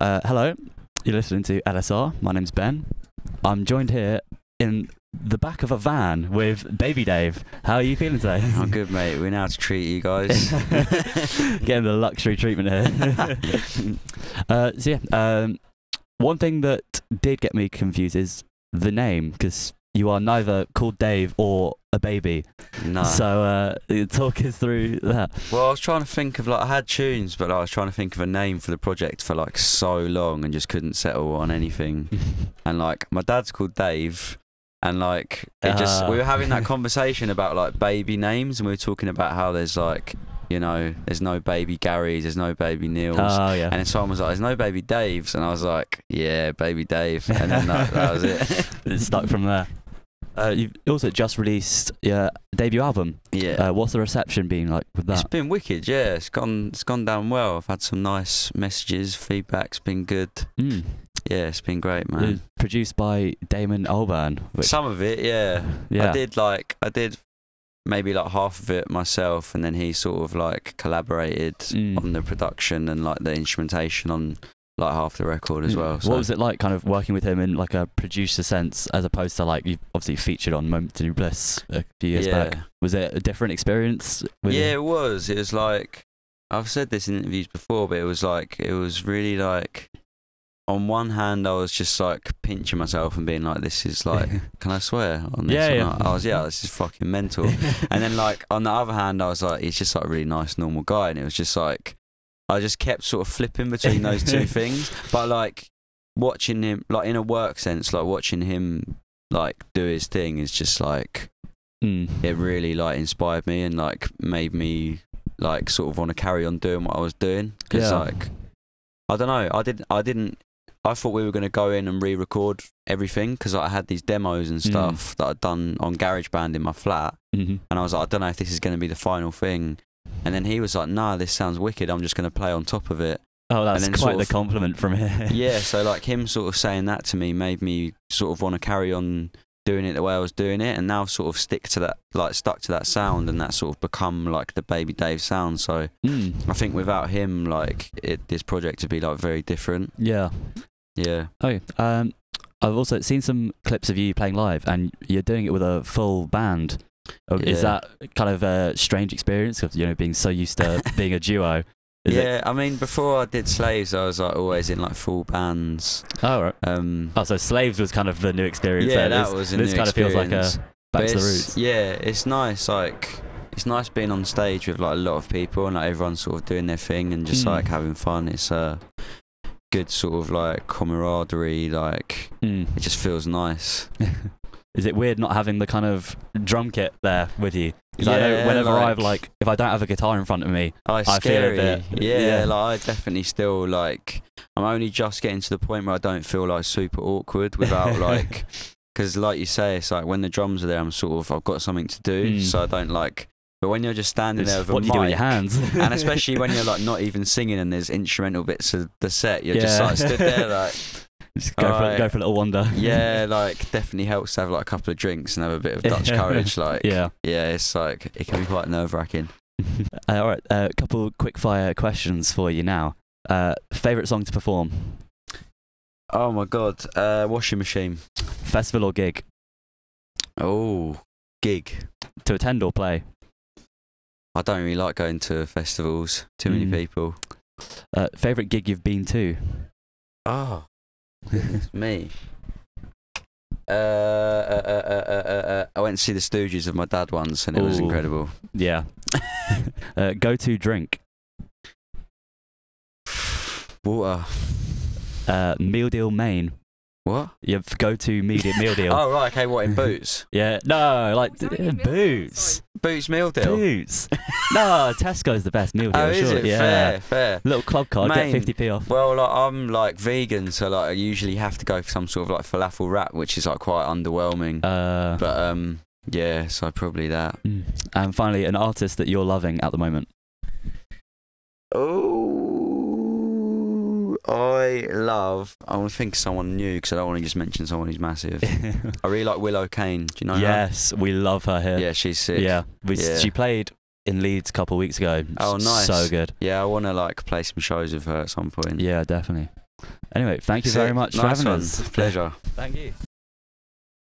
Uh, hello, you're listening to LSR. My name's Ben. I'm joined here in the back of a van with Baby Dave. How are you feeling today? I'm Oh, good, mate. We know how to treat you guys. Getting the luxury treatment here. uh, so yeah, um, one thing that did get me confused is the name because you are neither called Dave or a baby. no. So uh, talk us through that. well, I was trying to think of like I had tunes, but I was trying to think of a name for the project for like so long and just couldn't settle on anything. And like my dad's called Dave, and like it just Ah. we were having that conversation about like baby names, and we were talking about how there's like you know there's no baby Garys, there's no baby Neils. Oh and yeah. then someone was like, "There's no baby Daves," and I was like, "Yeah, baby Dave," and then like, that was it. it stuck from there. Uh, you've also just released your debut album. yeah, Uh, what's the reception been like with It's that? been wicked, yeah. It's gone it's gone down well. I've had some nice messages, feedback's been good. Mm. Yeah, it's been great, It was man. produced by Damon Albarn. Which, uh, Some of it, yeah. yeah. I did like I did maybe like half of it myself and then he sort of like collaborated Mm. on the production and like the instrumentation on like half the record as Mm. well. So What was it like, kind of working with him in like a producer sense, as opposed to like you obviously featured on Momentary Bliss a few years yeah. back? Was it a different experience? With yeah, it was. It was like I've said this in interviews before, but it was like it was really like on one hand I was just like pinching myself and being like, This is like can I swear on this? Yeah, or yeah. not? I was yeah, this is fucking mental. and then like on the other hand, I was like, he's just like a really nice, normal guy, and it was just like I just kept sort of flipping between those two things. But like watching him, like in a work sense, like watching him like do his thing is just like Mm. it really like inspired me and like made me like sort of want to carry on doing what I was doing because Yeah. like I don't know I did I didn't I thought we were going to go in and re-record everything because I had these demos and Mm. stuff that I'd done on GarageBand in my flat Mhm. and I was like I don't know if this is going to be the final thing and then he was like nah this sounds wicked I'm just going to play on top of it Oh, that's then quite sort the of- compliment from here. yeah so like him sort of saying that to me made me sort of want to carry on doing it the way I was doing it and now sort of stick to that like stuck to that sound and that sort of become like the baby Dave sound so Mm. I think without him like it, this project would be like very different Yeah. Oh, yeah Okay. Um, I've also seen some clips of you playing live, and you're doing it with a full band. Uh, Is Yeah. that kind of a strange experience of you know being so used to being a duo? Is It, yeah I mean before I did Slaves I was like always in like full bands oh, right. um oh, so Slaves was kind of the new experience. yeah then. that This- was a this new kind of feels like a experience. back to But the it's- roots. Yeah, it's nice. Like it's nice being on stage with like a lot of people and like everyone sort of doing their thing and just Mm. like having fun. It's a good sort of like camaraderie. Like Mm. it just feels nice. Is it weird not having the kind of drum kit there with you? Because I know Yeah, whenever I've like- like, if I don't have a guitar in front of me, Oh, it's I feel a scary. bit- yeah, yeah. like I definitely still like. I'm only just getting to the point where I don't feel like super awkward without like, because like you say, it's like when the drums are there, I'm sort of I've got something to do, Mm. so I don't like. But when you're just standing it's there with a what do you do with your mic, hands? and especially when you're like not even singing and there's instrumental bits of the set, you're just Yeah. like stood there like Just go, for, Alright. go for a little wander. yeah, like definitely helps to have like a couple of drinks and have a bit of Dutch courage. Like yeah. yeah, it's like it can be quite nerve wracking. Uh, all right, a couple quick fire questions for you now. Uh, favorite song to perform, Oh my god, uh, washing machine. festival or gig? Oh, gig. To attend or play? I don't really like going to festivals. Too many Mm. people. Uh, favorite gig you've been to? Ah. Oh, it's me. Uh, uh, uh, uh, uh, uh, I went to see the Stooges of my dad once, and it was Ooh. incredible. yeah. uh, go to drink, Water. uh, meal deal main. What? Your go to meal deal. Meal deal. Oh right, okay. What in boots? Yeah, no, like Was that in a meal deal? boots. Boots meal deal. Boots. no, Tesco's the best meal deal. oh, is sure. it? Yeah. Fair, fair. Little club card, Mate. get 50p off. Well, like I'm like vegan, so like I usually have to go for some sort of like falafel wrap, which is like quite underwhelming. Uh, but um, yeah, so probably that. mm. and finally, an artist that you're loving at the moment. Oh, I love. I want to think of someone new because I don't want to just mention someone who's massive. I really like Willow Kane. Do you know? her? yes, we love her here. Yeah, she's sick. Yeah, we, Yeah. she played in Leeds a couple of weeks ago. Oh, nice. So good. Yeah, I want to like play some shows with her at some point. Yeah, definitely. Anyway, thank you Sick. very much for Nice having one. us. Pleasure. Thank you.